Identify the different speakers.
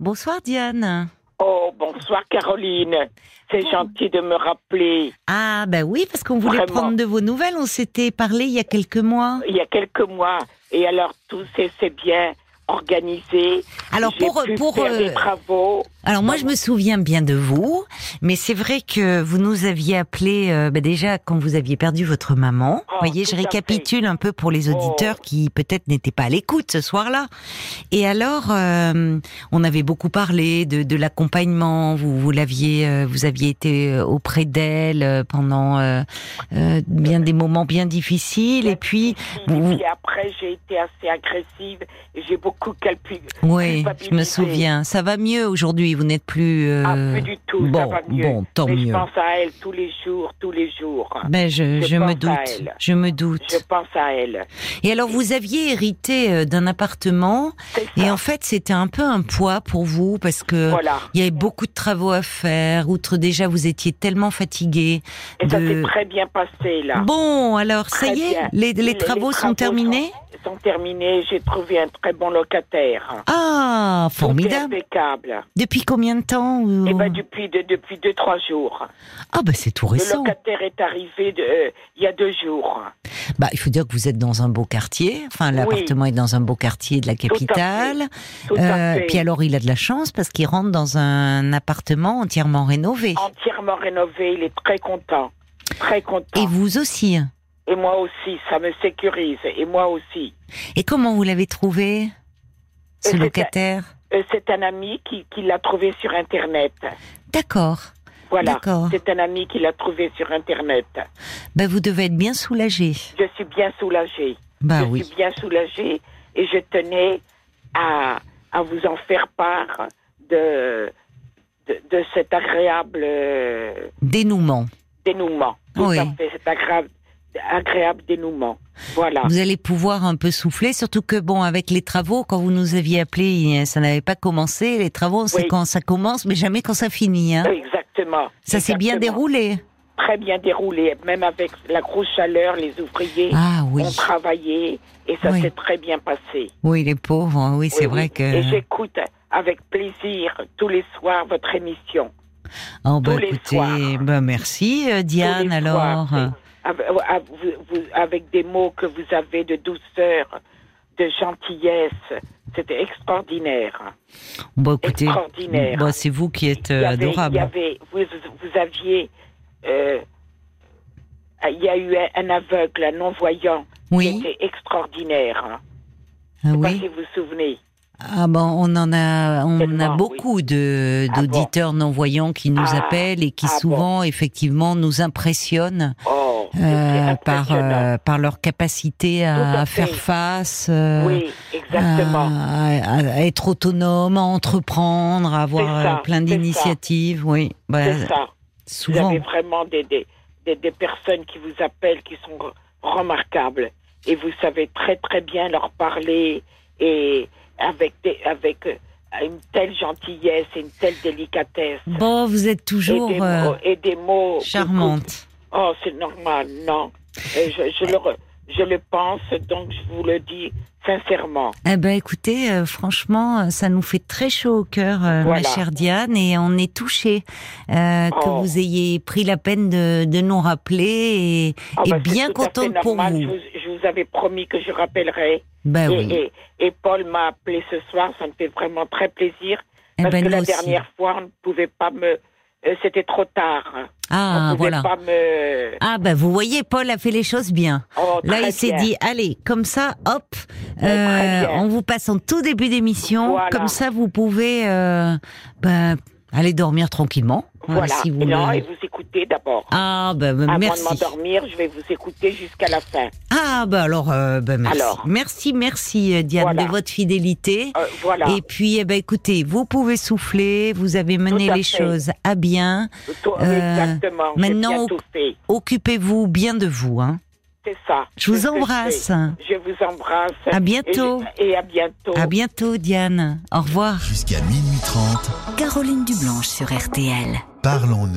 Speaker 1: Bonsoir Diane.
Speaker 2: Oh, bonsoir Caroline. C'est gentil de me rappeler.
Speaker 1: Ah ben oui, parce qu'on voulait
Speaker 2: Vraiment.
Speaker 1: prendre de vos nouvelles. On s'était parlé il y a quelques mois.
Speaker 2: Il y a quelques mois, et alors tout s'est s'est bien organisé.
Speaker 1: Alors
Speaker 2: J'ai
Speaker 1: pour
Speaker 2: pu
Speaker 1: pour
Speaker 2: faire des
Speaker 1: euh,
Speaker 2: travaux.
Speaker 1: alors moi je me souviens bien de vous, mais c'est vrai que vous nous aviez appelé euh, ben, déjà quand vous aviez perdu votre maman.
Speaker 2: Oh,
Speaker 1: vous voyez, je
Speaker 2: tout à fait.
Speaker 1: récapitule un peu pour les
Speaker 2: Oh.
Speaker 1: auditeurs qui peut-être n'étaient pas à l'écoute ce soir-là. Et alors euh, on avait beaucoup parlé de, de l'accompagnement. Vous vous l'aviez euh, vous aviez été euh, auprès d'elle euh, pendant euh, euh, bien des moments bien difficiles. Et puis vous-
Speaker 2: Et puis après, j'ai été assez agressive et j'ai beaucoup calculé.
Speaker 1: Oui, je me
Speaker 2: culpabilisé.
Speaker 1: souviens. Ça va mieux aujourd'hui. Vous n'êtes plus. euh,
Speaker 2: Ah, plus du tout, ça
Speaker 1: bon,
Speaker 2: va mieux.
Speaker 1: bon, tant
Speaker 2: Mais je
Speaker 1: mieux.
Speaker 2: pense à elle tous les jours, tous les jours.
Speaker 1: Ben, je,
Speaker 2: je
Speaker 1: je me
Speaker 2: pense à
Speaker 1: doute.
Speaker 2: elle.
Speaker 1: Je me doute.
Speaker 2: Je pense à elle.
Speaker 1: Et alors, vous aviez hérité euh, d'un appartement,
Speaker 2: C'est
Speaker 1: et
Speaker 2: ça.
Speaker 1: en fait, c'était un peu un poids pour vous parce que
Speaker 2: Voilà.
Speaker 1: il y avait beaucoup de travaux à faire. Outre déjà, vous étiez tellement fatigué.
Speaker 2: Et ça
Speaker 1: de-
Speaker 2: s'est très bien passé, là.
Speaker 1: Bon, alors, ça
Speaker 2: Très
Speaker 1: y est,
Speaker 2: bien.
Speaker 1: les, les
Speaker 2: Les- les
Speaker 1: travaux sont
Speaker 2: travaux
Speaker 1: terminés.
Speaker 2: Ils sont terminés, j'ai trouvé un très bon locataire.
Speaker 1: Ah,
Speaker 2: Tout est
Speaker 1: formidable.
Speaker 2: Impeccable.
Speaker 1: Depuis combien de temps vous-
Speaker 2: Et euh, ben depuis de- depuis deux trois jours.
Speaker 1: Ah, ben c'est tout
Speaker 2: Le
Speaker 1: récent.
Speaker 2: locataire est arrivé de, euh, il y a deux jours.
Speaker 1: Bah, il faut dire que vous êtes dans un beau quartier. Enfin, l'appartement est dans un beau quartier de la
Speaker 2: à fait.
Speaker 1: capitale.
Speaker 2: Tout à
Speaker 1: Euh,
Speaker 2: fait.
Speaker 1: puis alors, il a de la chance parce qu'il rentre dans un appartement entièrement rénové.
Speaker 2: Entièrement rénové, il est très content, très content.
Speaker 1: Et vous aussi.
Speaker 2: Et moi aussi, ça me sécurise. Et moi aussi.
Speaker 1: Et comment vous l'avez trouvé,
Speaker 2: Euh,
Speaker 1: ce
Speaker 2: c'est-
Speaker 1: locataire
Speaker 2: Euh, C'est un ami qui, qui l'a trouvé sur internet.
Speaker 1: D'accord.
Speaker 2: Voilà.
Speaker 1: D'accord.
Speaker 2: C'est un ami qui l'a trouvé sur internet.
Speaker 1: Bah, vous devez être bien soulagé.
Speaker 2: Je suis bien soulagée.
Speaker 1: Bah
Speaker 2: je
Speaker 1: oui.
Speaker 2: suis bien soulagée et je tenais à, à vous en faire part de, de, de cet agréable euh,
Speaker 1: Dénouement.
Speaker 2: dénouement. Tout
Speaker 1: Oui.
Speaker 2: à fait, cet agréable, agréable dénouement. Voilà.
Speaker 1: Vous allez pouvoir un peu souffler, surtout que bon, avec les travaux, quand vous nous aviez appelé, ça n'avait pas commencé. Les travaux, c'est
Speaker 2: Oui.
Speaker 1: quand ça commence, mais jamais quand ça finit. hein.
Speaker 2: Exactement.
Speaker 1: Ça s'est bien
Speaker 2: Exactement.
Speaker 1: déroulé.
Speaker 2: Très bien déroulé, même avec la grosse chaleur, les ouvriers
Speaker 1: Ah oui.
Speaker 2: ont travaillé et ça
Speaker 1: Oui.
Speaker 2: s'est très bien passé.
Speaker 1: Oui, les pauvres, hein, oui, c'est
Speaker 2: Oui,
Speaker 1: vrai
Speaker 2: oui. Et
Speaker 1: que.
Speaker 2: j'écoute avec plaisir tous les soirs votre émission.
Speaker 1: Oh, bah
Speaker 2: tous les
Speaker 1: écoutez,
Speaker 2: soirs.
Speaker 1: bah merci euh, Diane
Speaker 2: tous les
Speaker 1: alors.
Speaker 2: soirs, avec, avec- vous- avec des mots que vous avez de douceur, de gentillesse. C'était extraordinaire.
Speaker 1: Bah écoutez,
Speaker 2: extraordinaire.
Speaker 1: bah, c'est vous qui êtes
Speaker 2: Il y
Speaker 1: euh,
Speaker 2: avait- il y
Speaker 1: adorable.
Speaker 2: avait- vous, vous aviez. euh, il y a eu un, un aveugle, un non-voyant, qui
Speaker 1: Oui,
Speaker 2: était extraordinaire. hein.
Speaker 1: ah
Speaker 2: Je sais
Speaker 1: oui.
Speaker 2: pas si vous vous souvenez.
Speaker 1: Ah bon, on en a, on a
Speaker 2: Tellement,
Speaker 1: beaucoup de
Speaker 2: Ah bon.
Speaker 1: d'auditeurs non voyants qui nous
Speaker 2: Ah,
Speaker 1: appellent et qui
Speaker 2: ah bon.
Speaker 1: souvent effectivement nous impressionnent
Speaker 2: Oh, c'était
Speaker 1: euh, par
Speaker 2: impressionnant.
Speaker 1: euh, par leur capacité
Speaker 2: Tout
Speaker 1: à,
Speaker 2: à
Speaker 1: faire
Speaker 2: fait.
Speaker 1: face. euh,
Speaker 2: oui, exactement.
Speaker 1: À, à- à être autonome, à entreprendre, à avoir
Speaker 2: C'est ça,
Speaker 1: euh, plein
Speaker 2: c'est ça.
Speaker 1: d'initiatives, oui. Bah,
Speaker 2: C'est ça. Vous
Speaker 1: souvent.
Speaker 2: avez vraiment des, des, des, des personnes qui vous appellent qui sont re- remarquables. Et vous savez très très bien leur parler et avec, des, avec euh, une telle gentillesse et une telle délicatesse.
Speaker 1: Bon, vous êtes toujours
Speaker 2: et, des
Speaker 1: euh,
Speaker 2: mots, et des mots.
Speaker 1: charmante.
Speaker 2: Oh, c'est normal, non. Euh, Je, je, le, re- je le pense, donc je vous le dis sincèrement.
Speaker 1: Eh ben, écoutez, euh, franchement, euh, ça nous fait très chaud au cœur, euh,
Speaker 2: Voilà.
Speaker 1: ma chère Diane, et on est touché euh, que
Speaker 2: Oh.
Speaker 1: vous ayez pris la peine de, de nous rappeler et,
Speaker 2: Ah
Speaker 1: et
Speaker 2: bah, c'est
Speaker 1: bien
Speaker 2: tout à fait
Speaker 1: contente pour
Speaker 2: normal.
Speaker 1: vous.
Speaker 2: Je vous. Je vous avais promis que je rappellerai.
Speaker 1: Ben
Speaker 2: et,
Speaker 1: oui.
Speaker 2: et- et Paul m'a appelé ce soir, ça me fait vraiment très plaisir.
Speaker 1: Eh
Speaker 2: Parce
Speaker 1: ben,
Speaker 2: que
Speaker 1: nous
Speaker 2: la
Speaker 1: aussi.
Speaker 2: dernière fois, on ne pouvait pas me. euh, C'était trop tard. on
Speaker 1: Ah,
Speaker 2: ne pouvait
Speaker 1: voilà.
Speaker 2: pas me.
Speaker 1: Ah ben, vous voyez, Paul a fait les choses bien.
Speaker 2: Oh,
Speaker 1: Là,
Speaker 2: très
Speaker 1: il s'est
Speaker 2: bien.
Speaker 1: dit, allez, comme ça, hop,
Speaker 2: Ouais,
Speaker 1: euh,
Speaker 2: très bien.
Speaker 1: on vous passe en tout début d'émission.
Speaker 2: Voilà.
Speaker 1: Comme ça, vous pouvez euh, ben, aller dormir tranquillement. hein,
Speaker 2: Voilà.
Speaker 1: si vous
Speaker 2: et, non,
Speaker 1: le-
Speaker 2: et vous écoutez d'abord.
Speaker 1: Ah, ben, ben,
Speaker 2: Avant
Speaker 1: merci.
Speaker 2: de m'endormir, je vais vous écouter jusqu'à la fin.
Speaker 1: Ah, ben alors, euh, ben, merci.
Speaker 2: Alors.
Speaker 1: Merci, merci, euh, Diane,
Speaker 2: Voilà.
Speaker 1: de votre fidélité.
Speaker 2: Euh, voilà.
Speaker 1: Et puis, eh ben, écoutez, vous pouvez souffler, vous avez mené
Speaker 2: Tout à
Speaker 1: les
Speaker 2: fait.
Speaker 1: choses à bien.
Speaker 2: Toi,
Speaker 1: euh,
Speaker 2: exactement. j'ai
Speaker 1: maintenant,
Speaker 2: bien
Speaker 1: au-
Speaker 2: tout fait.
Speaker 1: Occupez-vous bien de vous. Hein.
Speaker 2: C'est ça.
Speaker 1: Je vous
Speaker 2: C'est ce que
Speaker 1: embrasse.
Speaker 2: fais. Je vous embrasse.
Speaker 1: À
Speaker 2: Et
Speaker 1: bientôt.
Speaker 2: je- Et, à bientôt.
Speaker 1: À bientôt, Diane. Au revoir.
Speaker 3: Jusqu'à minuit 30,
Speaker 4: Caroline Dublanche sur RTL.
Speaker 3: parlons-nous.